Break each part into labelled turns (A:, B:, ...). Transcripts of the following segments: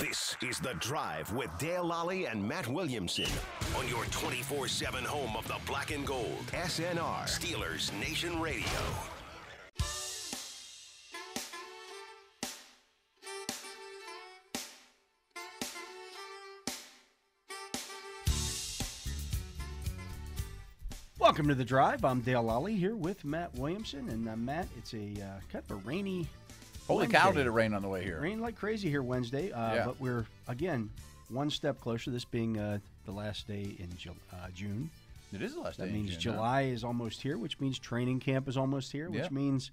A: This is The Drive with Dale Lally and Matt Williamson on your 24 7 home of the black and gold. SNR, Steelers Nation Radio.
B: Welcome to the drive. I'm Dale Lally here with Matt Williamson, and uh, Matt, it's a uh, kind of a rainy.
C: Holy cow,
B: Wednesday.
C: did it rain on the way here?
B: Rain like crazy here Wednesday, uh,
C: Yeah.
B: but we're again one step closer. to This being uh, the last day in Ju- uh, June,
C: It is the last
B: that
C: day. in
B: means
C: June, huh?
B: July is almost here, which means training camp is almost here, which
C: Yeah.
B: means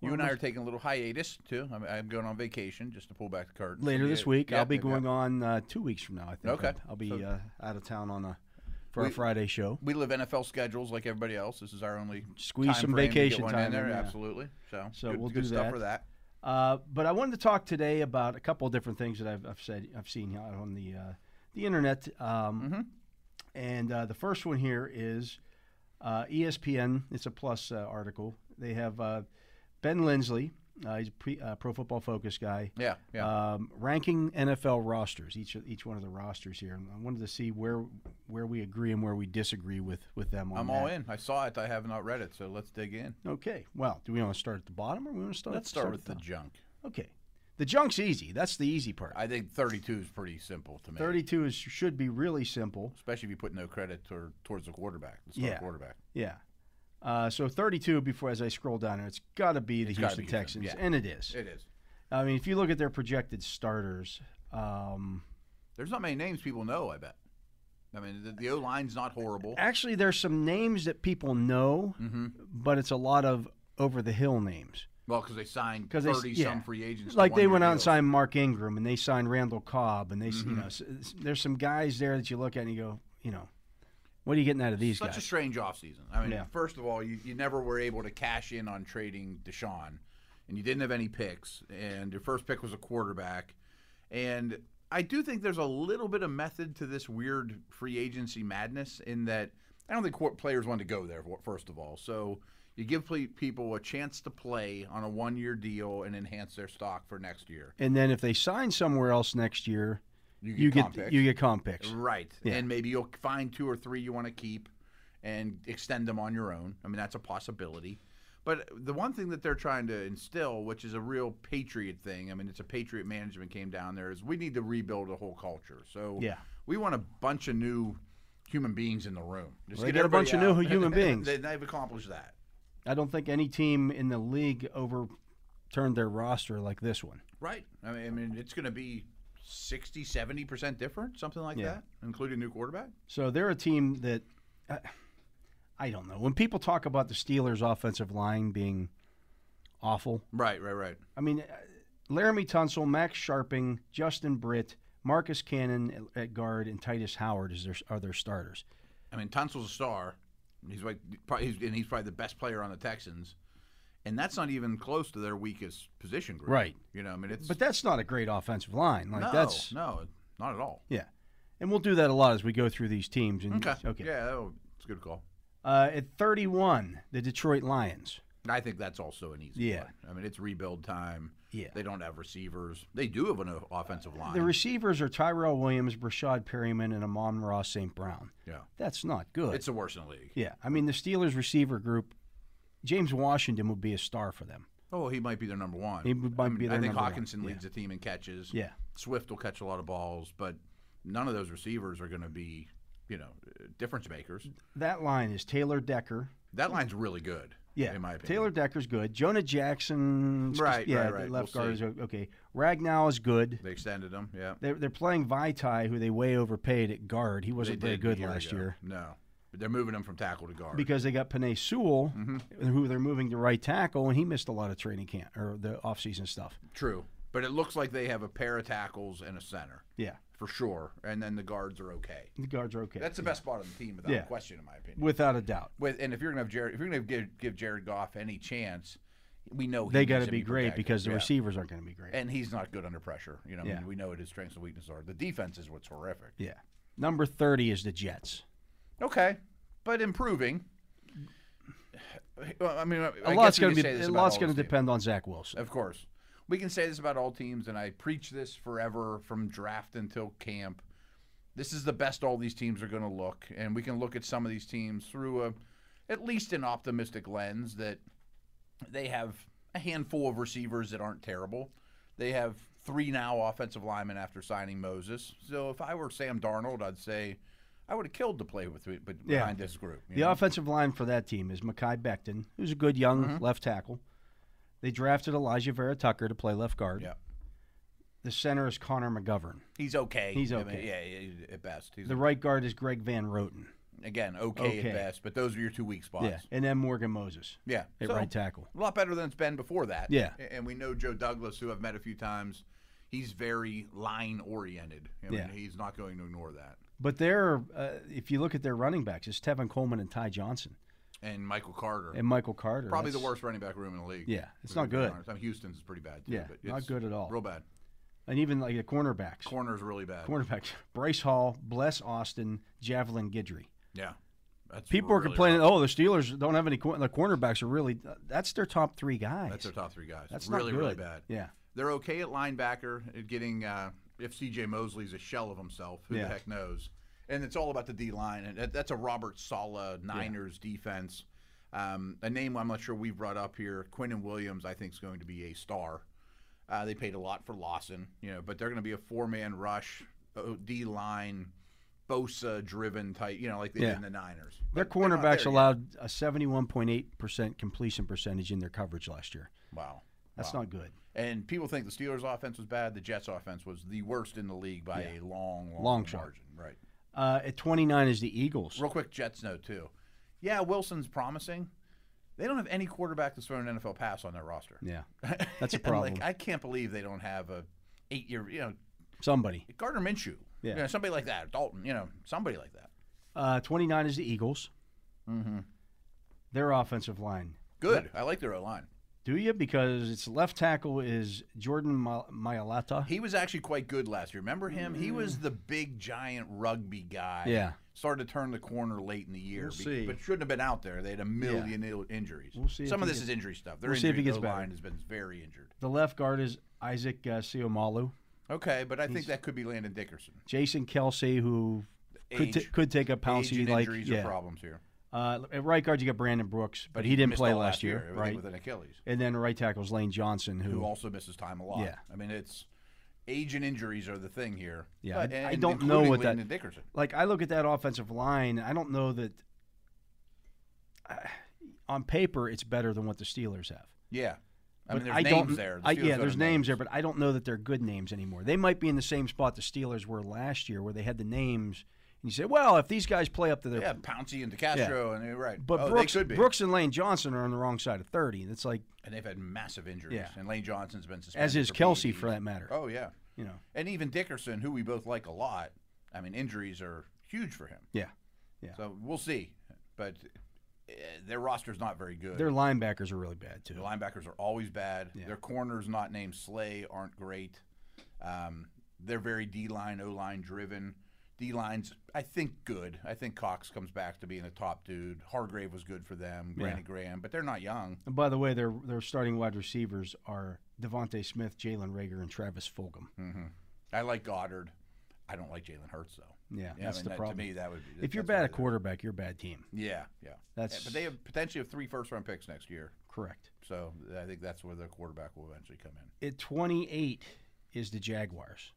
C: You and I are taking a little hiatus, too. I'm, I'm going on vacation just to pull back the curtain.
B: later this week. I'll be going
C: on.
B: on uh, two weeks from now. I think.
C: Okay.
B: I'll, I'll be
C: So-
B: uh, out of town on a for our
C: We-
B: Friday show.
C: We live NFL schedules like everybody else. This is our only
B: Squeeze
C: time
B: some
C: frame to get
B: vacation
C: one
B: time in,
C: in there.
B: yeah.
C: Absolutely. So,
B: So
C: good,
B: we'll
C: good
B: do
C: stuff
B: that.
C: for that.
B: Uh, but I wanted to talk today about a couple of different things that I've, I've said I've seen out on the uh, the internet. Um,
C: Mm-hmm.
B: And uh, the first one here is uh, ESPN. It's a Plus uh, article. They have uh, Ben Lindsley. Uh, he's a pre, uh, pro football focus guy.
C: Yeah, yeah.
B: Um, ranking NFL rosters, each each one of the rosters here. And I wanted to see where where we agree and where we disagree with with them. On
C: I'm all
B: that.
C: in. I saw it. I have not read it, so let's dig in.
B: Okay. Well, do we want to start at the bottom or we want to start?
C: Let's start
B: at
C: with the
B: top?
C: junk.
B: Okay. The junk's easy. That's the easy part.
C: I think 32 is pretty simple to me.
B: 32 is should be really simple.
C: Especially if you put no credit tor- towards the quarterback. The
B: Yeah.
C: yeah. quarterback.
B: Yeah. Uh, so 32 before as I scroll down, it's got to be the
C: It's gotta
B: Houston
C: be Houston,
B: Texans,
C: yeah.
B: and it is.
C: It is.
B: I mean, if you look at their projected starters, um,
C: There's not many names people know, I bet. I mean, the, the O line's not horrible.
B: actually there's some names that people know, but it's a lot of over the hill names.
C: Well, because they signed
B: 'Cause
C: thirty
B: they s- yeah.
C: some free agents. to
B: Like they
C: one-year
B: went out and
C: deals.
B: signed Mark Ingram, and they signed Randall Cobb, and they, s you know, s- s- there's some guys there that you look at and you go, you know, what are you getting out of these
C: Such a
B: guys?
C: strange offseason. I mean,
B: Yeah.
C: first of all, you, you never were able to cash in on trading Deshaun, and you didn't have any picks, and your first pick was a quarterback. And I do think there's a little bit of method to this weird free agency madness in that I don't think court players want to go there, for- first of all. So you give ple- people a chance to play on a one year deal and enhance their stock for next year.
B: and then if they sign somewhere else next year, you
C: comp
B: get
C: picks.
B: you get comp picks.
C: Right.
B: Yeah.
C: And maybe you'll find two or three you want to keep and extend them on your own. I mean, that's a possibility. But the one thing that they're trying to instill, which is a real patriot thing, I mean, it's a patriot management came down there, is we need to rebuild a whole culture. So
B: Yeah.
C: we want a bunch of new human beings in the room. Just
B: Well, they got a bunch of
C: everybody
B: new human beings.
C: they, they've accomplished that.
B: I don't think any team in the league overturned their roster like this one.
C: Right. I mean, I mean it's going to be 60, 70% different, something like
B: Yeah.
C: that, including new quarterback.
B: So they're a team that I- I don't know. When people talk about the Steelers' offensive line being awful,
C: Right, right, right.
B: I mean uh, Laramie Tunsil, Max Sharping, Justin Britt, Marcus Cannon at, at guard, and Titus Howard is their, are their starters.
C: I mean, Tunsil's a star. He's like, probably, he's, and he's probably the best player on the Texans, and that's not even close to their weakest position group.
B: Right.
C: You know, I mean, it's
B: But that's not a great offensive line. Like
C: no,
B: that's
C: no, not at all.
B: yeah. And we'll do that a lot as we go through these teams. And,
C: Okay. Yeah, that'll- it's a good call.
B: Uh, at 31, the Detroit Lions.
C: And I think that's also an easy.
B: Yeah.
C: one. I mean, it's rebuild time.
B: Yeah.
C: They don't have receivers. They do have an o- offensive line.
B: The receivers are Tyrell Williams, Brashad Perryman, and Amon Ross St. Brown.
C: yeah.
B: That's not good.
C: It's the worst in the league.
B: yeah, I mean, the Steelers receiver group, James Washington would be a star for them.
C: Oh, he might be their number one.
B: He might
C: I mean,
B: be their
C: I think
B: number one,
C: Hawkinson
B: yeah.
C: leads the team in catches.
B: Yeah.
C: Swift will catch a lot of balls, but none of those receivers are going to be, you know, uh, difference makers.
B: That line is Taylor Decker.
C: That line's really good.
B: Yeah,
C: in my opinion.
B: Taylor Decker's good. Jonah Jackson.
C: Right,
B: yeah,
C: right,
B: the
C: right.
B: left
C: We'll
B: guard
C: see.
B: is o- okay. Ragnow is good.
C: they extended him. Yeah,
B: They're, they're playing Vitae, who they way overpaid at guard. He
C: they
B: wasn't very
C: did
B: good
C: a
B: last
C: ago.
B: year
C: No, but they're moving him from tackle to guard.
B: because they got Panay Sewell,
C: Mm-hmm.
B: who they're moving to right tackle, and he missed a lot of training camp or the offseason stuff.
C: True, but it looks like they have a pair of tackles and a center
B: Yeah,
C: for sure, and then the guards are okay.
B: the guards are okay.
C: That's the best spot on the team without
B: Yeah.
C: question, in my opinion.
B: Without a doubt.
C: With and if you're gonna have Jared, if you're gonna give, give Jared Goff any chance, we know he
B: They
C: needs
B: got
C: to
B: to be great
C: protected.
B: because the
C: Yeah.
B: receivers aren't going to be great.
C: and he's not good under pressure. You know, I mean,
B: Yeah.
C: we know what his strengths and weaknesses are. The defense is what's horrific.
B: yeah. Number 30 is the Jets.
C: Okay, but improving. Well, I mean,
B: A lot's going to be a lot's going to depend on Zach Wilson.
C: Of course. we can say this about all teams, and I preach this forever from draft until camp. This is the best all these teams are going to look, and we can look at some of these teams through a, at least an optimistic lens that they have a handful of receivers that aren't terrible. They have three now offensive linemen after signing Moses. So if I were Sam Darnold, I'd say I would have killed to play with with- behind
B: Yeah.
C: this group. you
B: The
C: know?
B: offensive line for that team is Makai Becton, who's a good young
C: Mm-hmm.
B: left tackle. They drafted Elijah Vera Tucker to play left guard.
C: Yeah.
B: The center is Connor McGovern.
C: He's okay.
B: He's
C: I mean,
B: okay.
C: yeah, yeah, at best. He's
B: The right guard is Greg Van Roten.
C: again okay,
B: Okay.
C: at best, but those are your two weak spots.
B: Yeah. And then Morgan Moses
C: Yeah.
B: at
C: So,
B: right tackle.
C: a lot better than it's been before that.
B: Yeah.
C: A- And we know Joe Douglas, who I've met a few times, he's very line oriented. I mean,
B: Yeah.
C: He's not going to ignore that.
B: But they're, uh, if you look at their running backs, it's Tevin Coleman and Ty Johnson
C: And Michael Carter,
B: and Michael Carter.
C: probably the
B: That's-
C: worst running back room in the league.
B: Yeah, it's
C: if
B: not
C: I'm being
B: good.
C: honest. I mean, Houston's is pretty bad too.
B: Yeah,
C: but it's
B: not good at all.
C: Real bad.
B: And even like the cornerbacks.
C: Corner's really bad.
B: cornerbacks. Bryce Hall, Bless Austin, Javelin Guidry.
C: Yeah. That's
B: People are
C: really
B: complaining, oh, the Steelers don't have any. Cor- the cornerbacks are really. uh, That's their top three guys.
C: rough. That's their top three guys.
B: That's
C: really,
B: not good.
C: really bad.
B: Yeah,
C: They're okay at linebacker at getting uh, if CJ Mosley's a shell of himself, who
B: Yeah.
C: the heck knows? And it's all about the D line, and that, that's a Robert Sala Niners defense. Um, a name I'm not sure we've brought up here, Quinton Williams, I think is going to be a star. Uh, they paid a lot for Lawson, you know, but they're going to be a four man rush, D line, Bosa driven type, you know, like they
B: Yeah.
C: did in the Niners.
B: their
C: But they're not there
B: cornerbacks
C: yet.
B: allowed a seventy-one point eight percent completion percentage in their coverage last year.
C: Wow.
B: That's not good.
C: And people think the Steelers' offense was bad. The Jets' offense was the worst in the league by a long, long,
B: Long shot.
C: margin. Right.
B: Uh, at twenty-nine is the Eagles.
C: Real quick, Jets note too. Yeah, Wilson's promising. They don't have any quarterback that's thrown an NFL pass on their roster.
B: Yeah, that's a
C: I'm
B: problem.
C: like, I can't believe they don't have a eight-year, you know,
B: Somebody.
C: Gardner Minshew,
B: Yeah.
C: you know, somebody like that, Dalton, you know, somebody like that.
B: Uh, twenty-nine is the Eagles. Mm-hmm. Their offensive line.
C: Good. I like their O line.
B: Do you? Because its left tackle is Jordan Ma- Mailata.
C: He was actually quite good last year. Remember him? He was the big giant rugby guy.
B: Mm. Yeah.
C: Started to turn the corner late in the year,
B: We'll
C: be-
B: see.
C: but shouldn't have been out there. They had a million ill injuries.
B: We'll see if
C: Some of
B: he
C: this
B: gets-
C: is injury stuff. Their
B: we'll see if he
C: injury
B: gets better.
C: line has been very injured.
B: The left guard is Isaac uh, Siomalu.
C: Okay, but I think that could be Landon Dickerson.
B: Jason Kelsey, who could,
C: Age.
B: ta- could take a
C: Age
B: pouncy
C: and
B: like
C: injuries are
B: yeah.
C: problems here.
B: Uh, at right guard, you got Brandon Brooks, but, he didn't
C: Missed
B: play
C: all
B: last year,
C: everything
B: right?
C: With an Achilles,
B: and then right tackle's Lane Johnson, who,
C: who also misses time a lot.
B: Yeah.
C: I mean, it's age and injuries are the thing here.
B: Yeah,
C: But-
B: I- I
C: and
B: don't know
C: including
B: what that-
C: Landon Dickerson.
B: like I look at that offensive line, I don't know that uh, on paper it's better than what the Steelers have.
C: Yeah. I
B: But
C: mean, there's
B: I
C: names
B: don't,
C: there. The
B: I,
C: Steelers
B: yeah,
C: don't
B: there's
C: have
B: names there, but I don't know that they're good names anymore. They might be in the same spot the Steelers were last year, where they had the names, and you say, well, if these guys play up to their
C: Yeah, Pouncey and DeCastro, and and right.
B: But
C: Oh,
B: Brooks,
C: they could be.
B: Brooks and Lane Johnson are on the wrong side of 30. That's like,
C: and they've had massive injuries.
B: Yeah.
C: And Lane Johnson's been suspended.
B: as is
C: for
B: Kelsey
C: PEDs.
B: for that matter.
C: Oh yeah,
B: You know,
C: and even Dickerson, who we both like a lot. I mean, injuries are huge for him.
B: yeah.
C: So we'll see. But uh, their roster's not very good.
B: Their linebackers are really bad,
C: the
B: too.
C: linebackers are always bad. Their corners, not named Slay, aren't great. Um, they're very D line, O line driven. D line's, I think, good. I think Cox comes back to being a top dude. Hargrave was good for them. Granny Graham, but they're not young.
B: And by the way, their, their starting wide receivers are Devontae Smith, Jalen Rager, and Travis Fulgham.
C: Mm-hmm. I like Goddard. I don't like Jalen Hurts though.
B: Yeah,
C: Yeah, I
B: that's
C: mean,
B: the
C: that-
B: problem.
C: To me, that would be.
B: if you're bad
C: that's
B: at quarterback, you're a bad team.
C: what it is. yeah, yeah.
B: That's
C: Yeah, but they have potentially have three first round picks next year,
B: correct.
C: so I think that's where their quarterback will eventually come in.
B: At 28 is the Jaguars.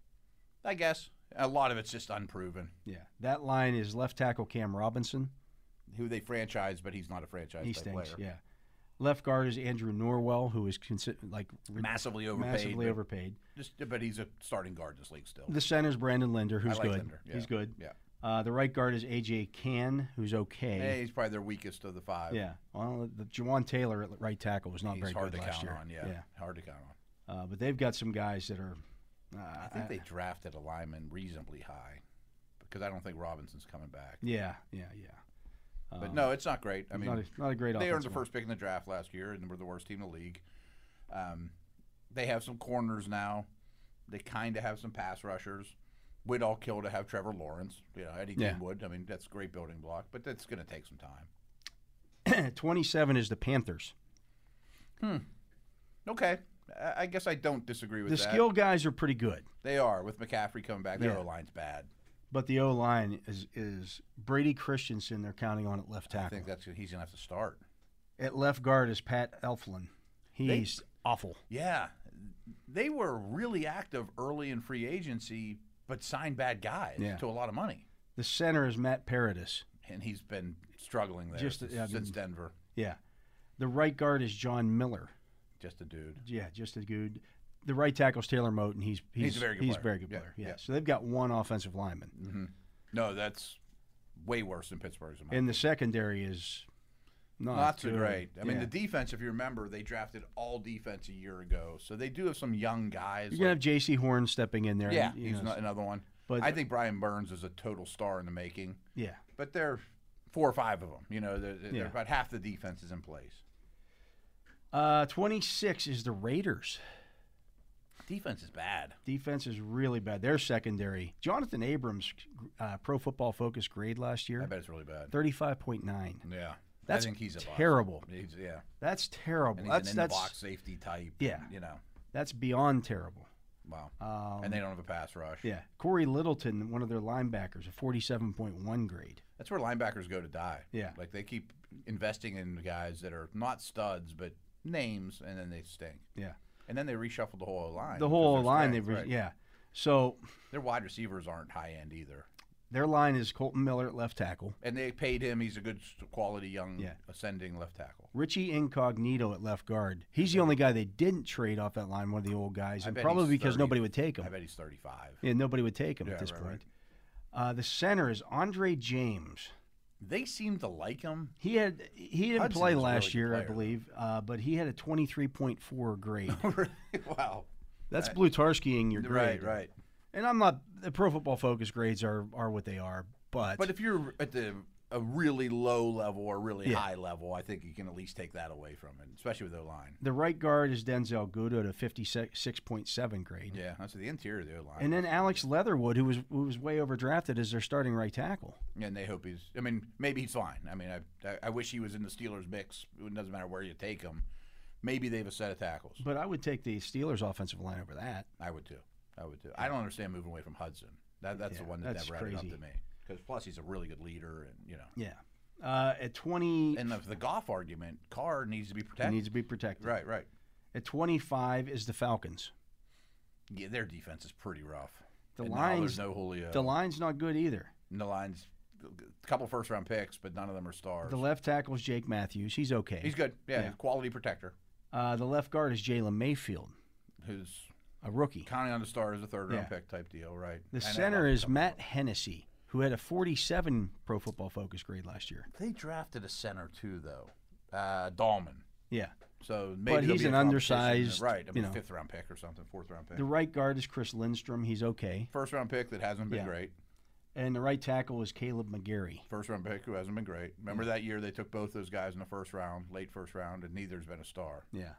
C: I guess a lot of it's just unproven.
B: Yeah. That line is left tackle Cam Robinson.
C: Who they franchise, but he's not a franchise
B: He
C: type
B: stinks.
C: player.
B: Yeah. Left guard is Andrew Norwell, who is consider- like re-
C: Massively overpaid.
B: massively
C: but,
B: overpaid.
C: just, but he's a starting guard in this league still.
B: The center's Brandon Linder, who's
C: like
B: good.
C: Linder, yeah.
B: He's good.
C: Yeah.
B: Uh, the right guard is AJ Can, who's okay.
C: Yeah, Eh, he's probably their weakest of the five.
B: Yeah. Well, the Jawan Taylor at right tackle was not
C: uh, he's
B: very
C: hard
B: good
C: to
B: last
C: count
B: year.
C: on. Yeah. hard to count on.
B: Uh, but they've got some guys that are. Uh,
C: I think they drafted a lineman reasonably high, because I don't think Robinson's coming back.
B: Yeah. Yeah. Yeah. Uh,
C: but no, it's not great. I mean,
B: Um, not a not a great.
C: they earned the
B: offensive
C: first pick in the draft last year and were the worst team in the league. Um, they have some corners now. They kind of have some pass rushers. We'd all kill to have Trevor Lawrence. You know, any
B: Yeah.
C: team would. I mean, that's a great building block, but that's going to take some time.
B: line. Twenty-seven is the Panthers.
C: Okay, I- I guess I don't disagree with
B: The
C: that.
B: skill guys are pretty good,
C: they are with McCaffrey coming back. Their
B: Yeah.
C: O line's bad.
B: but the O line is is Brady Christensen. They're counting on at left
C: I
B: tackle.
C: think that's he's gonna have to start.
B: At left guard is Pat Elflin. He's awful.
C: Yeah, they were really active early in free agency, but signed bad guys
B: Yeah.
C: to a lot of money,
B: The center is Matt Paradis.
C: and he's been struggling there
B: Just-
C: since,
B: I mean-
C: since Denver.
B: Yeah. The right guard is John Miller.
C: Just a dude.
B: Yeah, just as good. The right tackle's Taylor Moten. He's he's,
C: a very good
B: he's
C: player.
B: very good
C: Yeah,
B: player. Yeah.
C: yeah. Mm-hmm.
B: So they've got one offensive lineman,
C: No, that's way worse than Pittsburgh's. in my
B: and the secondary is not,
C: Not so
B: good.
C: great. I mean,
B: Yeah.
C: the defense, if you remember, they drafted all defense a year ago, so they do have some young guys.
B: you're gonna
C: like-
B: have J.C. Horn stepping in there.
C: yeah,
B: and, you
C: he's
B: know,
C: not another one.
B: but-
C: But I think Brian Burns is a total star in the making.
B: yeah.
C: But there are four or five of them. You know, they're, they're
B: Yeah.
C: about half the defense is in place.
B: Uh, 26 is the Raiders.
C: Defense is bad.
B: Defense is really bad. Their secondary. Jonathan Abrams, uh, Pro Football Focus grade last
C: I
B: year,
C: bet it's really bad.
B: 35.9.
C: Yeah,
B: That's
C: I think he's a bust.
B: terrible.
C: He's, yeah,
B: That's terrible.
C: and he's
B: that's
C: an in the
B: that's
C: box safety type.
B: Yeah.
C: you know,
B: that's beyond terrible.
C: wow.
B: Um,
C: and they don't have a pass rush.
B: yeah, Corey Littleton, one of their linebackers, a forty-seven point one grade.
C: That's where linebackers go to die.
B: Yeah.
C: Like they keep investing in guys that are not studs but names, and then they stink.
B: Yeah,
C: And then they reshuffled the whole line.
B: the whole line. They've
C: They've
B: re- yeah. So
C: Their wide receivers aren't high end either,
B: their line is Colton Miller at left tackle,
C: and they paid him. He's a good s- quality young
B: Yeah.
C: ascending left tackle.
B: Richie Incognito at left guard. He's the only guy they didn't trade off that line. One of the old guys, and
C: bet
B: probably
C: he's
B: because
C: 30.
B: nobody would take
C: I
B: him.
C: bet he's thirty five.
B: Yeah, nobody would take him
C: Yeah,
B: at this
C: right,
B: point. Uh, the center is Andre James.
C: They seem to like him.
B: He had he didn't
C: Hudson's
B: play
C: a
B: last
C: really good
B: year, I
C: player, though.
B: believe, uh, but he had a twenty three point four grade.
C: wow.
B: That's Blutarskiing your grade,
C: Right, right.
B: And I'm not the Pro Football Focus grades are are what they are, but,
C: But if you're at the a really low level or really
B: Yeah.
C: high level, I think you can at least take that away from it, especially with their line.
B: the right guard is Denzel Good at a fifty six point seven grade,
C: Yeah, that's the interior of their line.
B: and then Alex Leatherwood, who was who was way overdrafted as their starting right tackle.
C: And they hope he's. I mean, maybe he's fine. I mean, I, I, I wish he was in the Steelers mix. It doesn't matter where you take him. Maybe they have a set of tackles.
B: But I would take the Steelers offensive line over that.
C: I would too. I would too. I don't understand moving away from Hudson. That, that's the
B: Yeah,
C: one that
B: that's
C: never added up
B: crazy.
C: to me. Because plus he's a really good leader, and you know.
B: Yeah, uh, at twenty
C: And the, the golf argument, Carr needs to be
B: he
C: protected.
B: needs to be protected.
C: right, right.
B: At twenty five is the Falcons.
C: Yeah, their defense is pretty rough.
B: The
C: And now
B: lines
C: there's no Julio.
B: the line's not good either.
C: And the lines, a couple first round picks, but none of them are stars.
B: The left tackle is Jake Matthews. He's okay.
C: he's good. Yeah,
B: Yeah.
C: he's a quality protector.
B: uh, the left guard is Jalen Mayfield,
C: Who's
B: a rookie.
C: counting on the star as a third
B: Yeah.
C: round pick type deal, right?
B: The
C: And I
B: center
C: love
B: is
C: Tuck.
B: Matt Hennessy, who had a 47 Pro Football Focus grade last year.
C: They drafted a center too, though. Uh, Dahlman.
B: Yeah.
C: So maybe
B: But
C: there'll
B: he's
C: be a
B: an
C: competition.
B: undersized,
C: right? I
B: you
C: mean,
B: know.
C: fifth round pick or something, fourth round pick,
B: The right guard is Chris Lindstrom. He's okay.
C: first round pick that hasn't been
B: Yeah.
C: great.
B: And the right tackle is Caleb McGarry.
C: First round pick who hasn't been great. Remember that year they took both those guys in the first round, late first round, and neither's been a star.
B: Yeah.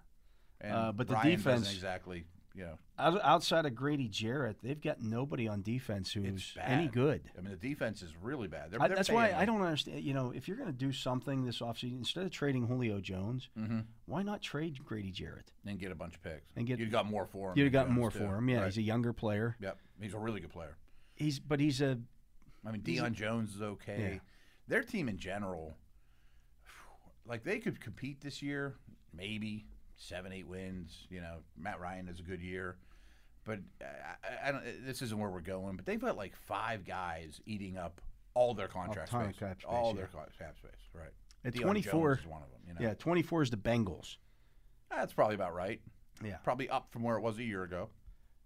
C: And
B: Uh, but the
C: Ryan
B: defense-
C: doesn't exactly, you know,
B: Out, outside of Grady Jarrett, they've got nobody on defense
C: it's
B: who's
C: bad.
B: any good.
C: I mean, the defense is really bad. They're,
B: I,
C: they're
B: that's why
C: paying
B: I don't understand. You know, if you're going to do something this offseason, instead of trading Julio Jones,
C: Mm-hmm.
B: why not trade Grady Jarrett?
C: and get a bunch of picks.
B: And get-
C: you'd got more for him.
B: You'd
C: than
B: have gotten
C: Jones,
B: more
C: too.
B: for him. Yeah,
C: Right.
B: he's a younger player.
C: yep, he's a really good player.
B: He's but he's a
C: I mean, Deion Jones is okay.
B: Yeah.
C: Their team in general, like they could compete this year, maybe seven, eight wins. You know, Matt Ryan is a good year, but uh, I, I, I don't. This isn't where we're going. But they've got like five guys eating up all their contract
B: ton of
C: space,
B: cap space,
C: all
B: yeah.
C: their co- cap space. Right.
B: At
C: Deion
B: 24
C: Jones is one of them. You know,
B: yeah. 24 is the Bengals.
C: that's probably about right.
B: Yeah,
C: Probably up from where it was a year ago.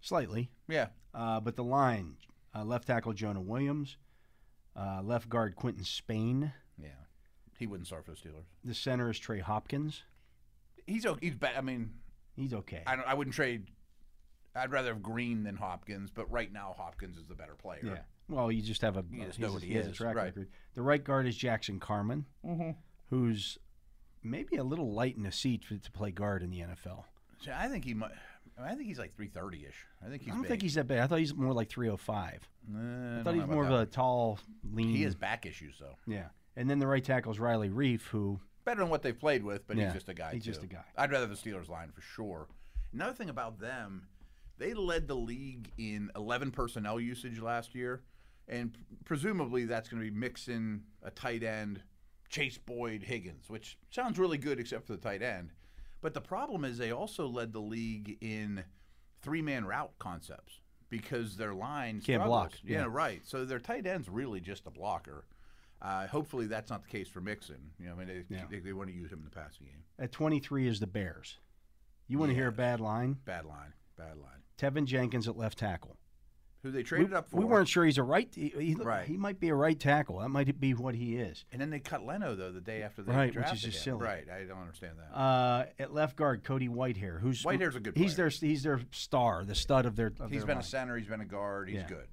B: slightly.
C: Yeah,
B: Uh, but the line uh, left tackle Jonah Williams, uh, left guard Quentin Spain.
C: yeah. He wouldn't start for the Steelers.
B: The center is Trey Hopkins.
C: He's o- he's bad. I mean,
B: He's okay.
C: I, don't, I wouldn't trade. I'd rather have Green than Hopkins, but right now Hopkins is the better player.
B: yeah. Well, you just have a
C: You just
B: he's-
C: know what he
B: has a
C: is,
B: track
C: right.
B: record. The right guard is Jackson Carmen, who's maybe a little light in the seat for, to play guard in the NFL.
C: So I think he might. I, mean, I think he's like three thirty ish. I think he's.
B: I don't
C: big.
B: think he's that big. I thought he's more like 305.
C: Uh,
B: I
C: don't
B: thought
C: know
B: he's
C: about
B: more of
C: that.
B: a tall, lean.
C: He has back issues though.
B: Yeah. And then the right tackle is Riley Reef, who
C: Better than what they've played with, but
B: Yeah,
C: he's just a guy.
B: he's
C: too.
B: just a guy.
C: I'd rather the Steelers line for sure. Another thing about them, they led the league in 11 personnel usage last year, and p- presumably that's going to be mixing a tight end, Chase Boyd Higgins, which sounds really good except for the tight end. But the problem is they also led the league in three man route concepts because their line
B: Can't
C: struggles.
B: block,
C: Yeah,
B: yeah.
C: right. So their tight end's really just a blocker. Uh, hopefully that's not the case for Mixon. You know, I mean, they,
B: Yeah.
C: they, they want to use him in the passing game.
B: At 23 is the Bears. You want to hear a bad line?
C: Bad line, bad line.
B: Tevin Jenkins at left tackle.
C: Who they traded
B: we,
C: up for?
B: we weren't sure he's a right. He, he,
C: Right.
B: he might be a right tackle. That might be what he is.
C: And then they cut Leno though the day after they
B: Right, which
C: drafted
B: is just
C: him.
B: silly.
C: Right, I don't understand that.
B: Uh, at left guard, Cody Whitehair, who's
C: Whitehair's a good
B: He's
C: player.
B: their he's their star, the stud of their. Of
C: he's
B: their
C: been
B: line.
C: a center. He's been a guard. He's
B: Yeah.
C: good.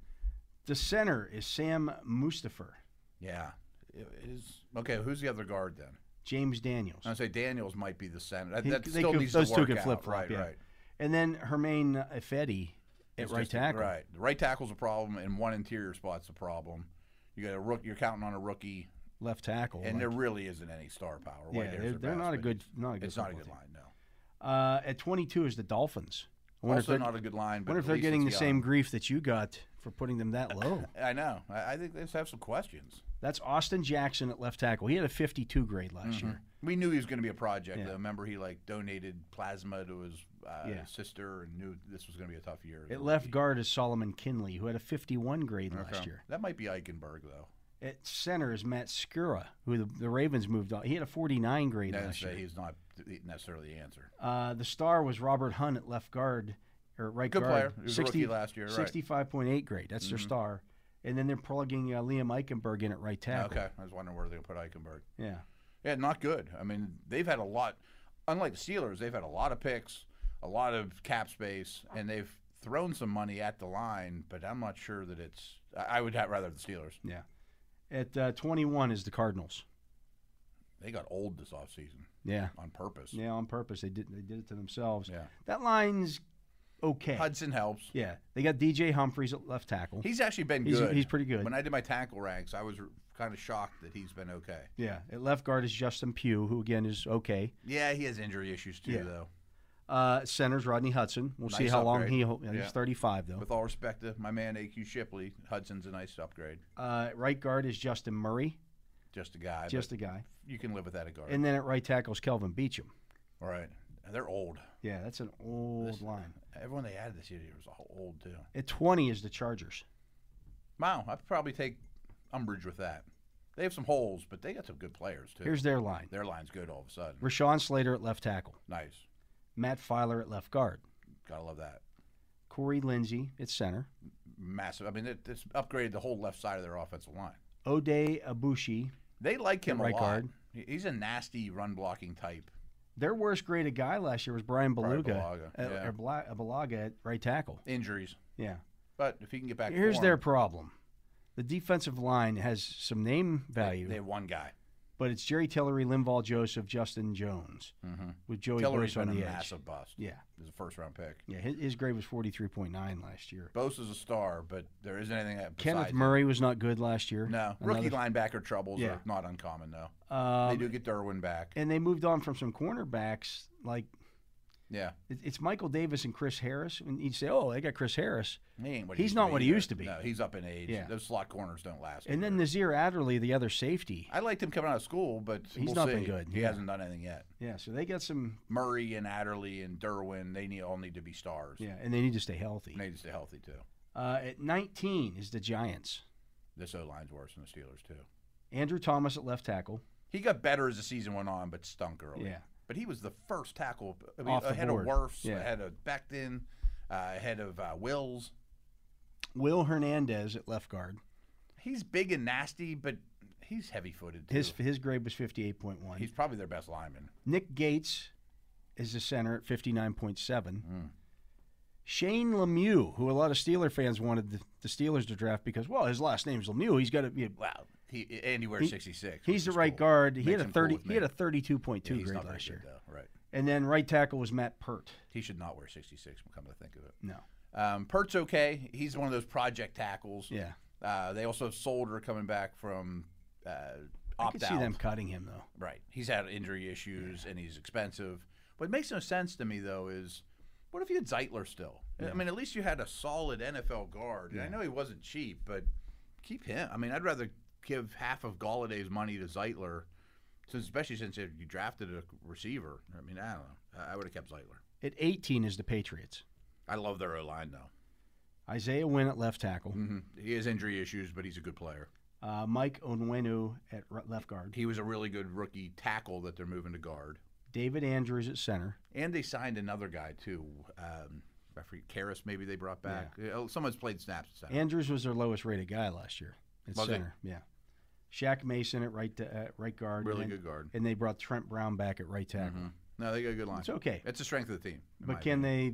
B: the center is Sam Mustafer,
C: Yeah, it it is. Okay, who's the other guard then?
B: James Daniels,
C: I would say Daniels might be the center. That,
B: He-
C: that
B: they
C: still
B: could-
C: needs
B: those
C: to
B: two
C: work
B: could
C: out.
B: flip-flop,
C: Right,
B: yeah.
C: right.
B: and then Hermaine Effetti at
C: It's
B: right
C: just-
B: tackle.
C: Right, the right tackle's a problem, and one interior spot's a problem. You got a rook. You're counting on a rookie,
B: Left tackle,
C: and
B: like-
C: there really isn't any star power.
B: yeah,
C: Whitehair's
B: they're,
C: their
B: they're
C: best,
B: not a
C: but
B: good not a good.
C: It's not a
B: football
C: good
B: team.
C: line. No.
B: Uh, at 22 is the Dolphins. I wonder if
C: Also
B: they're,
C: not a good line. But
B: wonder
C: at
B: if they're
C: least
B: getting the
C: it's young.
B: same grief that you got for putting them that low.
C: I know. I, I think they just have some questions.
B: That's Austin Jackson at left tackle. He had a 52 grade last
C: Mm-hmm.
B: year.
C: We knew he was going to be a project.
B: Yeah.
C: Though. Remember, he like donated plasma to his uh,
B: Yeah.
C: sister and knew this was going to be a tough year. as a
B: At left
C: rookie.
B: guard is Solomon Kinley, who had a 51 grade last
C: Okay.
B: year.
C: That might be Eichenberg though.
B: At center is Matt Skura, who the, the Ravens moved on. He had a 49 grade
C: Not
B: last
C: say
B: year.
C: he's not th- necessarily the answer.
B: Uh, the star was Robert Hunt at left guard or right
C: Good player.
B: guard.
C: He was a rookie last year, right. Mm-hmm.
B: 65.8 grade. That's their star. And then they're plugging uh, Liam Eichenberg in at right tackle.
C: Okay, I was wondering where they're going to put Eichenberg.
B: Yeah.
C: Yeah, not good. I mean, they've had a lot. Unlike the Steelers, they've had a lot of picks, a lot of cap space, and they've thrown some money at the line. But I'm not sure that it's. I I would have rather the Steelers.
B: Yeah. At uh, 21 is the Cardinals.
C: They got old this offseason
B: Yeah.
C: on purpose.
B: Yeah, on purpose. They did they did it to themselves.
C: Yeah.
B: That line's okay.
C: Hudson helps.
B: Yeah. They got DJ Humphreys at left tackle.
C: He's actually been
B: He's-
C: good.
B: he's pretty good.
C: When I did my tackle ranks, I was kind of shocked that he's been okay.
B: yeah. At left guard is Justin Pugh, who again is okay.
C: Yeah, he has injury issues too,
B: Yeah.
C: though.
B: Uh, center's Rodney Hudson. We'll see
C: Nice
B: how long
C: upgrade.
B: he. He's
C: Yeah.
B: 35 though.
C: With all respect to my man AQ Shipley, Hudson's a nice upgrade.
B: Uh, right guard is Justin Murray,
C: Just a guy. but
B: just a guy.
C: you can live with that at guard.
B: And then at right tackle is Kelvin Beecham.
C: all right. They're old.
B: Yeah, that's an old
C: This-
B: line.
C: Everyone they added this year was all old too.
B: At 20 is the Chargers.
C: Wow, I'd probably take umbrage with that. They have some holes, but they got some good players too.
B: Here's their line:
C: Their line's good all of a sudden.
B: Rashawn Slater at left tackle,
C: Nice.
B: Matt Filer at left guard,
C: Gotta love that.
B: Corey Lindsey at center,
C: Massive. I mean, it, it's upgraded the whole left side of their offensive line.
B: O'Day Abushi.
C: They like him
B: right
C: a lot.
B: guard.
C: He- He's a nasty run blocking type.
B: Their worst graded guy last year was Brian
C: Brian
B: Beluga,
C: Balaga, yeah.
B: Or Bla- uh, Balaga at right tackle.
C: Injuries,
B: Yeah.
C: but if he can get back,
B: Here's
C: form,
B: their problem: the defensive line has some name value,
C: They have one guy.
B: but it's Jerry Tillery, Linval Joseph, Justin Jones, with Joey
C: Tillery's
B: Bosa
C: Mm-hmm. been
B: on
C: a
B: the edge.
C: massive bust.
B: Yeah,
C: He's a first round pick.
B: yeah. His, his grade was forty three point nine last year.
C: Bose is a star, but there isn't anything that
B: Kenneth
C: besides him.
B: Murray was not good last year.
C: No, rookie linebacker troubles
B: Yeah.
C: are not uncommon though. they
B: Um,
C: do get Derwin back.
B: and they moved on from some cornerbacks. Like
C: yeah,
B: it, it's Michael Davis and Chris Harris. And you'd say, oh, they got Chris Harris.
C: he ain't what
B: He's
C: he used
B: not
C: to
B: what he
C: either.
B: used to be.
C: No, he's up in age.
B: Yeah.
C: Those slot corners don't last.
B: And then
C: either.
B: Nazir Adderley, the other safety.
C: I liked him coming out of school, but
B: He's
C: we'll
B: not
C: see.
B: been good,
C: He
B: yeah.
C: hasn't done anything yet.
B: Yeah, so they got some.
C: Murray and Adderley and Derwin, they need all need to be stars.
B: Yeah, and they need to stay healthy.
C: They need to stay healthy too.
B: Uh, at 19 is the Giants.
C: This O line's worse than the Steelers too.
B: Andrew Thomas at left tackle.
C: He got better as the season went on, but stunk early.
B: Yeah.
C: But he was the first tackle I mean,
B: Off the
C: ahead
B: board.
C: of Werfs,
B: Yeah.
C: ahead of Becton, uh, ahead of uh, Wills.
B: Will Hernandez at left guard.
C: He's big and nasty, but he's heavy footed.
B: His his grade was 58.1.
C: he's probably their best lineman.
B: Nick Gates is the center at 59.7.
C: Mm.
B: Shane Lemieux, who a lot of Steeler fans wanted the, the Steelers to draft because, well, his last name's Lemieux. He's got to be.
C: Wow. He and he wears sixty six.
B: He's the right guard. He had
C: Makes
B: a
C: him cool
B: 30.
C: with
B: he had a
C: me.
B: 32.2
C: He's
B: grade
C: not very
B: last
C: good,
B: year.
C: though. Right.
B: And then right tackle was Matt Pert.
C: He should not wear sixty six. Come to think of it,
B: No.
C: um, Pert's okay. He's one of those project tackles.
B: Yeah.
C: Uh, they also have Solder coming back from uh,
B: I
C: opt
B: could
C: out.
B: see them cutting him though.
C: Right. He's had injury issues and he's expensive. What makes no sense to me though is What if you had Zeitler still? I mean, at least you had a solid NFL guard. And I know he wasn't cheap, but keep him. I mean, I'd rather give half of Galladay's money to Zeitler, since especially since you you drafted a receiver. I mean, I don't know. I- I would have kept Zeitler.
B: At 18 is the Patriots.
C: I love their O line though.
B: Isaiah Wynn at left tackle.
C: hmm He has injury issues, but he's a good player.
B: Uh, Mike Onwenu at r- left guard.
C: He was a really good rookie tackle that they're moving to guard.
B: David Andrews at center.
C: And they signed another guy too. Um, I forget Karras maybe they brought back. Uh, Someone's played snaps. at center.
B: Andrews was their lowest rated guy last year at
C: Was he?
B: center. Yeah. Shaq Mason at right ta- at right guard.
C: Really
B: and,
C: good Mm-hmm. guard.
B: And they brought Trent Brown back at right tackle.
C: No, they got a good line.
B: It's okay.
C: It's the strength of the team. in my
B: But can they,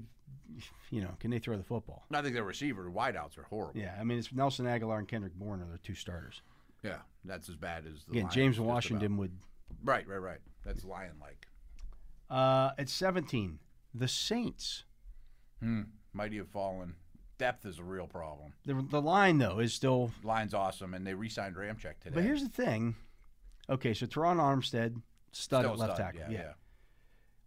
B: you know, can they throw the football?
C: opinion. I think their receiver wideouts are horrible. Yeah,
B: Yeah, I mean it's Nelson Aguilar and Kendrick Bourne are their two starters.
C: that's as bad as the
B: Again,
C: Lions, just
B: James
C: about.
B: Washington would.
C: Right, right, right. That's lion like.
B: Uh, at 17, the Saints.
C: Hmm. Mighty have fallen. Depth is a real problem.
B: The, the line though is still.
C: Line's awesome, and they re-signed Ramchek today.
B: But here's the thing. Okay, so Teron Armstead, stud
C: Still
B: at left
C: stud,
B: tackle.
C: Yeah,
B: yeah.
C: yeah.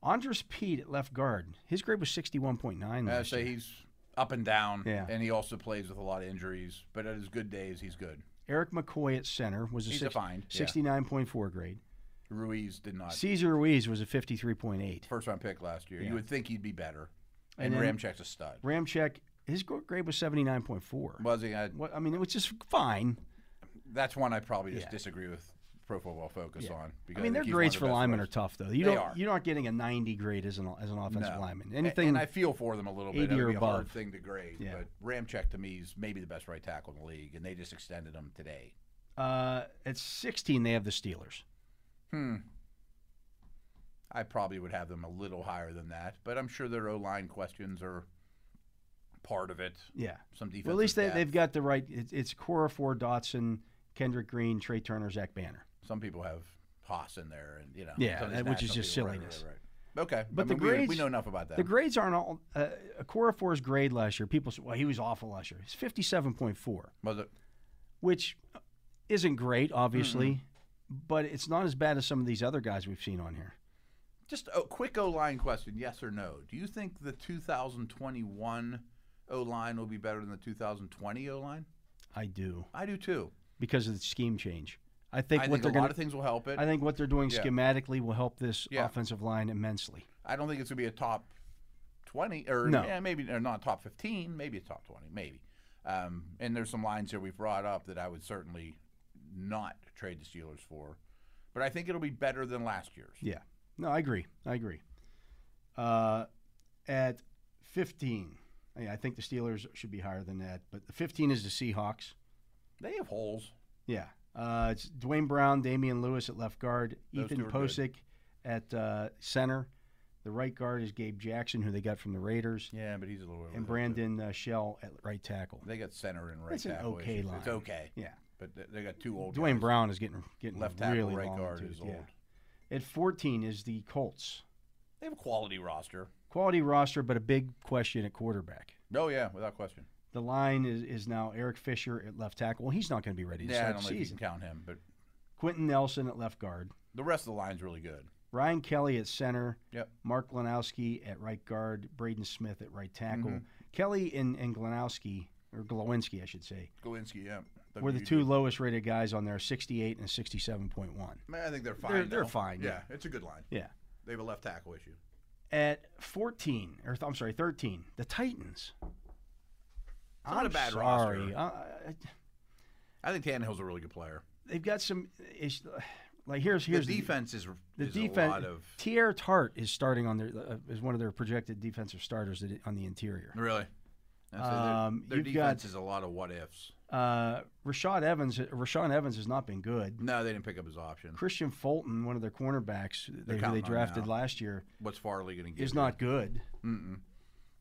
B: Andres Pete at left guard. His grade was 61.9
C: Uh,
B: last
C: so
B: year.
C: he's up and down,
B: Yeah.
C: and he also plays with a lot of injuries. But at his good days, he's good.
B: Eric McCoy at center was a
C: He's
B: six-
C: defined, yeah. Uh,
B: 69.4 grade.
C: Ruiz did not
B: Caesar Ruiz was a 53.8.
C: first round pick last year.
B: Yeah.
C: You would think he'd be better.
B: And
C: And,
B: then-
C: Ramchek's a stud.
B: Ramchek, his gr- grade was 79.4.
C: Was he? I,
B: What, I mean, it was just fine.
C: that's one I probably just
B: Yeah.
C: disagree with Pro Football Focus on. Because
B: I mean,
C: think
B: their
C: he's one
B: grades
C: of
B: for
C: the best
B: linemen are
C: players.
B: tough, though. You
C: They
B: don't,
C: are.
B: You're not getting a 90 grade as an as an offensive
C: No.
B: lineman.
C: A-
B: Anything
C: and I feel for them a little bit.
B: 80
C: It'd
B: or
C: be a hard
B: above.
C: thing to grade.
B: Yeah.
C: But Ramchek to me is maybe the best right tackle in the league, and they just extended him today.
B: uh, at 16, they have the Steelers.
C: Hmm. I probably would have them a little higher than that, but I'm sure their O line questions are part of it.
B: Yeah.
C: Some defense.
B: Well, at least they, they've got the right. It, it's Cora Ford, Dotson, Kendrick Green, Trey Turner, Zach Banner.
C: some people have Haas in there, and you know,
B: Yeah,
C: some of these
B: that- which is
C: national
B: just
C: people. Right,
B: silliness.
C: Right, right, Okay,
B: But
C: I
B: the
C: mean, we- we,
B: grades-
C: know enough about that.
B: The grades aren't all. Uh, Cora Ford's grade last year, people said, well, he was awful last year. It's 57.4.
C: Was it-
B: which isn't great, obviously, but it's not as bad as some of these other guys we've seen on here.
C: just a quick O line question: Yes or no? Do you think the 2021 O line will be better than the 2020 O line?
B: I do
C: I do too.
B: because of the scheme change. I think
C: I
B: what
C: think a
B: they're
C: lot
B: going
C: of things will help it.
B: I think what they're doing
C: Yeah.
B: schematically will help this
C: Yeah.
B: offensive line immensely.
C: I don't think it's gonna be a top twenty or
B: No.
C: yeah, maybe or not top fifteen, maybe a top twenty, maybe. Um, and there's some lines here we've brought up that I would certainly not trade the Steelers for, but I think it'll be better than last year's.
B: Yeah. No, I agree. I agree. Uh, at 15, yeah, I think the Steelers should be higher than that, but the 15 is the Seahawks.
C: They have holes.
B: Yeah. Uh, it's Dwayne Brown, Damian Lewis at left guard,
C: Those
B: Ethan
C: two are good.
B: Posick at uh, center. The right guard is Gabe Jackson, who they got from the Raiders,
C: Yeah, but he's a little
B: and Brandon uh, Shell at right tackle.
C: They got center and right
B: That's an
C: tackle.
B: okay
C: issues.
B: line.
C: It's okay,
B: Yeah.
C: but they- they got two old.
B: Dwayne
C: guys.
B: Brown is getting getting
C: left tackle,
B: really
C: right
B: long
C: guard
B: too,
C: is
B: yeah.
C: old.
B: At 14 is the Colts.
C: They have a quality roster.
B: Quality roster, but a big question at quarterback.
C: Oh yeah, without question.
B: The line is, is now Eric Fisher at left tackle. Well, he's not going to be ready to
C: Yeah, I
B: start
C: don't
B: the
C: know if you can
B: season.
C: count him, but
B: Quentin Nelson at left guard.
C: the rest of the line's really good.
B: Ryan Kelly at center.
C: Yep.
B: Mark Glanowski at right guard. Braden Smith at right tackle.
C: Mm-hmm.
B: Kelly and, and Glanowski, or Glowinski, I should say,
C: Gowinski, yeah.
B: were the
C: WG.
B: two lowest rated guys on there, 68 and 67.1.
C: I think they're fine.
B: They're- they're
C: though.
B: fine,
C: Yeah,
B: yeah.
C: it's a good line.
B: Yeah.
C: They have a left tackle issue.
B: At 14, or th- I'm sorry, 13, the Titans.
C: not
B: I'm
C: a bad
B: sorry. Uh,
C: roster.
B: I- I- I-
C: I think Tannehill's a really good player.
B: they've got some. Is, like here's here's
C: the defense is
B: The,
C: is
B: defense.
C: a lot of
B: Tier Tart is starting on their uh, is one of their projected defensive starters that- on the interior.
C: really. That's it.
B: Um,
C: their
B: you've
C: defense
B: got-
C: is a lot of what ifs.
B: Uh, Rashad Evans, Rashawn Evans has not been good.
C: No, they didn't pick up his option.
B: Christian Fulton, one of their cornerbacks they, who they
C: counting on
B: drafted
C: now.
B: last year,
C: What's Farley going to get?
B: is not um, good.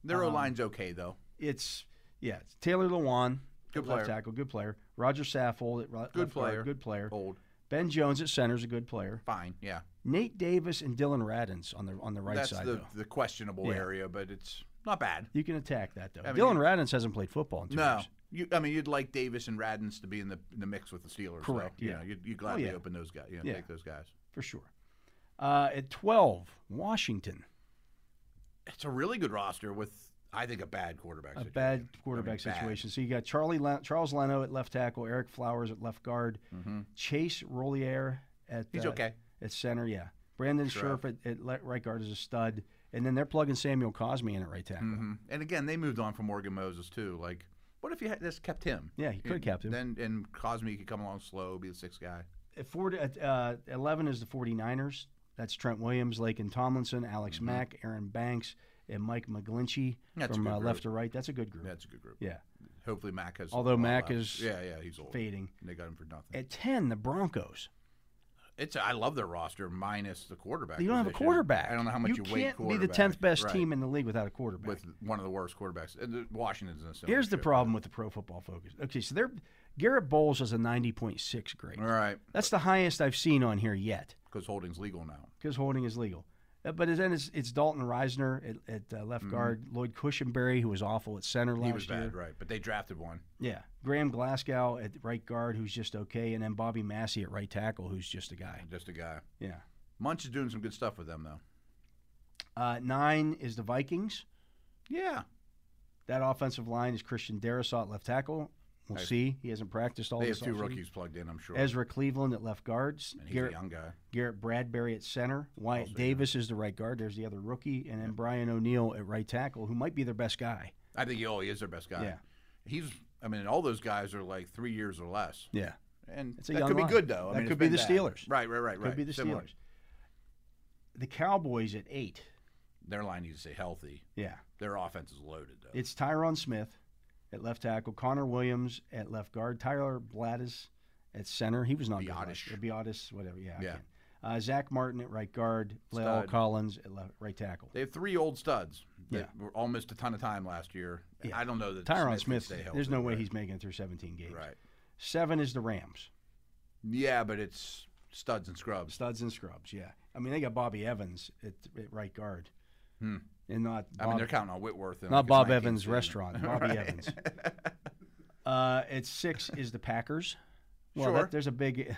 C: Their O line's okay though.
B: It's yeah, it's Taylor Lewan,
C: Good
B: left
C: player.
B: tackle, good player. Roger Saffold, at ri- left guard,
C: Good player.
B: good player.
C: Old,
B: Ben Jones at center is a good player.
C: fine, yeah.
B: Nate Davis and Dylan Radins on the on the right
C: That's
B: side.
C: the,
B: though.
C: the questionable
B: Yeah.
C: area, but it's not bad.
B: You can attack that though.
C: I mean,
B: Dylan Radins hasn't played football in two
C: No,
B: years.
C: you, I mean you'd like Davis and Radins to be in the in the mix with the Steelers. so,
B: Correct,
C: you
B: yeah. Oh,
C: know, you'd, you'd gladly
B: yeah.
C: open those guys. You know,
B: Yeah.
C: take those guys.
B: for sure. Uh, at 12, Washington.
C: it's a really good roster with I think a bad quarterback.
B: a
C: situation.
B: bad quarterback
C: bad.
B: situation. So you got Charlie La- Charles Leno at left tackle, Eric Flowers at left guard, Chase Rollier at
C: Mm-hmm. He's
B: uh,
C: okay.
B: at center. Yeah, Brandon
C: Sure.
B: Scherf at, at le- right guard is a stud, and then they're plugging Samuel Cosme in at right tackle.
C: Mhm. And again, they moved on from Morgan Moses too. Like, what if you had just kept him?
B: Yeah, he could have kept him.
C: Then and Cosme could come along slow, be the sixth guy.
B: At, 40, at uh, 11 is the 49ers. That's Trent Williams, Lake and Tomlinson, Alex Mack, Aaron Banks, and Mike McGlinchey
C: Mm-hmm. That's a
B: from
C: good
B: uh,
C: group.
B: left to right. That's a good group.
C: That's a good group.
B: yeah,
C: Hopefully Mac has.
B: Although
C: all
B: Mac
C: left.
B: is
C: Yeah, yeah, he's old.
B: fading.
C: And they got him for nothing.
B: At 10, the Broncos.
C: It's I love their roster minus the quarterback.
B: You don't have a
C: position.
B: quarterback.
C: I don't know how much you,
B: can't
C: weight
B: be the
C: quarterback.
B: 10th best
C: Right.
B: team in the league without a quarterback.
C: with one of the worst quarterbacks. And the- Washington's in the same.
B: Here's the
C: ship.
B: problem with the Pro Football Focus. Okay, so they're Garrett Bowles has a 90.6 grade.
C: All right,
B: That's the highest I've seen on here yet
C: because holding's legal now.
B: because holding is legal. Uh, But then it's, it's Dalton Reisner at, at uh, left guard, Lloyd Cushenberry, who was awful at center last
C: Mm-hmm. He was
B: year.
C: bad, right? But they drafted one.
B: Yeah, Graham Glasgow at right guard, who's just okay, and then Bobby Massey at right tackle, who's just a guy.
C: Just a guy.
B: Yeah.
C: Munch is doing some good stuff with them though.
B: Uh, nine is the Vikings.
C: Yeah,
B: That offensive line is Christian Darrisaw at left tackle. We'll
C: Nice.
B: see. He hasn't practiced all
C: they
B: this
C: have two
B: offseason.
C: rookies plugged in. I'm sure.
B: Ezra Cleveland at left guard.
C: and he's a
B: Garrett,
C: young guy.
B: Garrett Bradbury at center. Wyatt
C: Also young.
B: Davis is the right guard. There's the other rookie. And then Brian O'Neill at right tackle, who might be their best guy.
C: I think he oh, he is their best guy.
B: Yeah.
C: He's I mean, all those guys are like three years or less.
B: Yeah.
C: And
B: It's a
C: that
B: young
C: could be
B: line.
C: good though. I
B: That
C: mean, it's
B: could be
C: been
B: the
C: bad.
B: Steelers.
C: Right, right, right,
B: Could
C: right.
B: be the
C: Similar.
B: Steelers. The Cowboys at eight.
C: Their line needs to stay healthy.
B: Yeah.
C: Their offense is loaded though.
B: It's Tyron Smith at left tackle, Connor Williams at left guard, Tyler Blattis at center. He was not
C: Biotis.
B: good. last year. Biotis, whatever. Yeah. I
C: Yeah.
B: can't. Uh, Zach Martin at right guard, Lyle
C: Stud.
B: Collins at left, right tackle.
C: they have three old studs that
B: Yeah.
C: were all missed a ton of time last year.
B: Yeah.
C: I don't know that
B: Tyron
C: can
B: Smith,
C: stay healthy,
B: there's no way
C: right?
B: he's making it through 17 games.
C: right.
B: Seven is the Rams,
C: Yeah, but it's studs and scrubs.
B: studs and scrubs. Yeah, I mean they got Bobby Evans at, at right guard,
C: Hmm.
B: and not
C: I mean,
B: Bob,
C: they're counting on Whitworth. And
B: not
C: like,
B: Bob
C: it's 19th
B: Evans'
C: season.
B: restaurant. Bobby
C: Right.
B: Evans. Uh, at six is the Packers. Well,
C: Sure.
B: that, there's a big.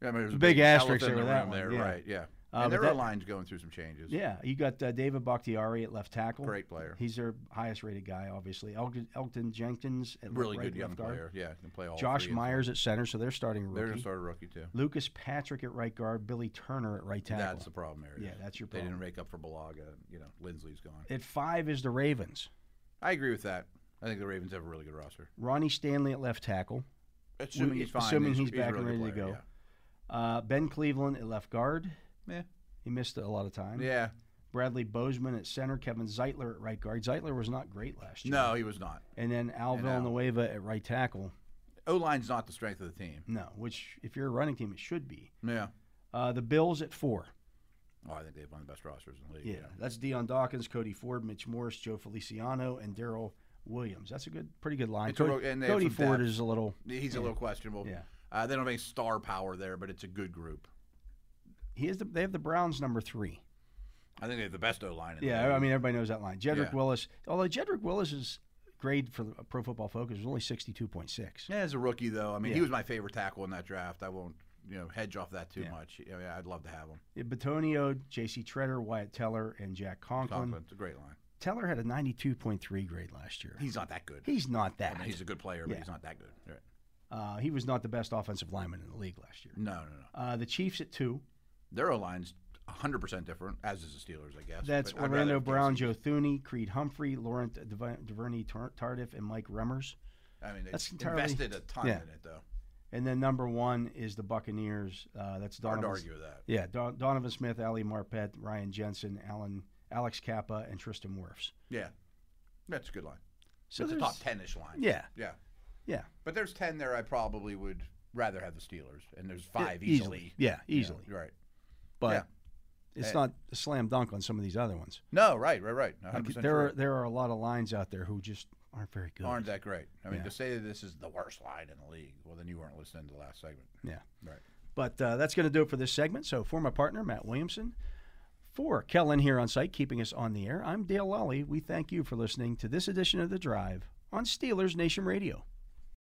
C: I mean, there's a
B: Big
C: big,
B: asterisk
C: elephant in
B: over
C: the
B: that
C: room
B: one,
C: there,
B: yeah.
C: right? Yeah.
B: Uh, but
C: and their
B: that-
C: line's going through some changes.
B: Yeah, you got uh, David Bakhtiari at left tackle.
C: Great player.
B: He's their highest rated guy, obviously. Elgin, Elton Jenkins at
C: really
B: right,
C: good young
B: left guard.
C: player. Yeah, can play all.
B: Josh
C: three and
B: Myers at center, so they're starting a
C: They're gonna
B: rookie.
C: start a rookie too.
B: Lucas Patrick at right guard. Billy Turner at right tackle.
C: That's the problem area.
B: Yeah, that's your
C: They
B: problem.
C: didn't make up for Balaga. You know, Lindsley's gone.
B: At five is the Ravens.
C: I agree with that. I think the Ravens have a really good roster.
B: Ronnie Stanley at left tackle.
C: Assuming
B: We-
C: he's fine.
B: assuming
C: he's,
B: he's
C: a
B: back and
C: really good
B: ready to
C: player,
B: go. Uh, ben Cleveland at left guard.
C: Yeah.
B: He missed a lot of time.
C: Yeah. yeah.
B: Bradley Bozeman at center. Kevin Zeitler at right guard. Zeitler was not great last year.
C: No, he was not.
B: And then Al
C: And Al.
B: Villanueva at right tackle.
C: O line's not the strength of the team.
B: No, which if you're a running team, it should be.
C: Yeah.
B: Uh, the Bills at four.
C: Oh, I think they have one of the best rosters in the league.
B: Yeah, that's Deion Dawkins, Cody Ford, Mitch Morris, Joe Feliciano, and Daryl Williams. That's a good, pretty good line.
C: It's a
B: Cody,
C: real- and they have
B: Cody
C: some
B: Ford
C: depth.
B: is a little.
C: He's a little questionable.
B: Yeah.
C: Uh, they don't have any star power there, but it's a good group.
B: He is. The, they have the Browns number three.
C: I think they have the best O line in the
B: Yeah,
C: league.
B: I mean everybody knows that line. Jedrick
C: Yeah.
B: Willis. Although Jedrick Willis's grade for the uh, Pro Football Focus was only sixty-two point six.
C: Yeah, as a rookie though, I mean,
B: Yeah.
C: he was my favorite tackle in that draft. I won't, you know, hedge off that too
B: Yeah.
C: much. I mean, I'd love to have him.
B: Batonio, J.C. Treader, Wyatt Teller, and Jack Conklin.
C: Conklin, it's a great line.
B: Teller had a ninety-two point three grade last year.
C: He's not that good.
B: He's not
C: I
B: that.
C: mean, he's a good player, but
B: Yeah.
C: he's not that good. Right.
B: Uh, he was not the best offensive lineman in the league last year.
C: No, no, no.
B: Uh, the Chiefs at two.
C: Their O line's 100 percent different, as is the Steelers, I guess.
B: That's
C: but I'd rather
B: Orlando
C: have
B: Brown,
C: Casey.
B: Joe Thuney, Creed Humphrey, Laurent Devi- DuVernay Tar- Tardif, and Mike Remmers.
C: I mean, they
B: That's entirely-
C: invested a ton
B: Yeah.
C: in it though.
B: And then number one is the Buccaneers. Uh, that's
C: Hard
B: Donovan.
C: to argue with that.
B: Yeah, Don- Donovan Smith, Ali Marpet, Ryan Jensen, Alan Alex Kappa, and Tristan Wirfs.
C: Yeah, that's a good line.
B: So
C: it's a
B: there's-
C: top 10ish line.
B: Yeah,
C: yeah,
B: yeah,
C: but there's 10 there. I probably would rather have the Steelers, and there's five
B: Yeah,
C: easily.
B: Yeah, easily.
C: Yeah, right.
B: But
C: Yeah.
B: it's
C: Eh.
B: not a slam dunk on some of these other ones.
C: No, right, right, right. 100
B: Like,
C: percent
B: there are there are a lot of lines out there who just aren't very good.
C: aren't that great. I mean,
B: Yeah.
C: to say that this is the worst line in the league, well, then you weren't listening to the last segment.
B: Yeah.
C: Right.
B: But uh, that's going to do it for this segment. So, for my partner, Matt Williamson, for Kellen here on site, keeping us on the air, I'm Dale Lally. We thank you for listening to this edition of The Drive on Steelers Nation Radio.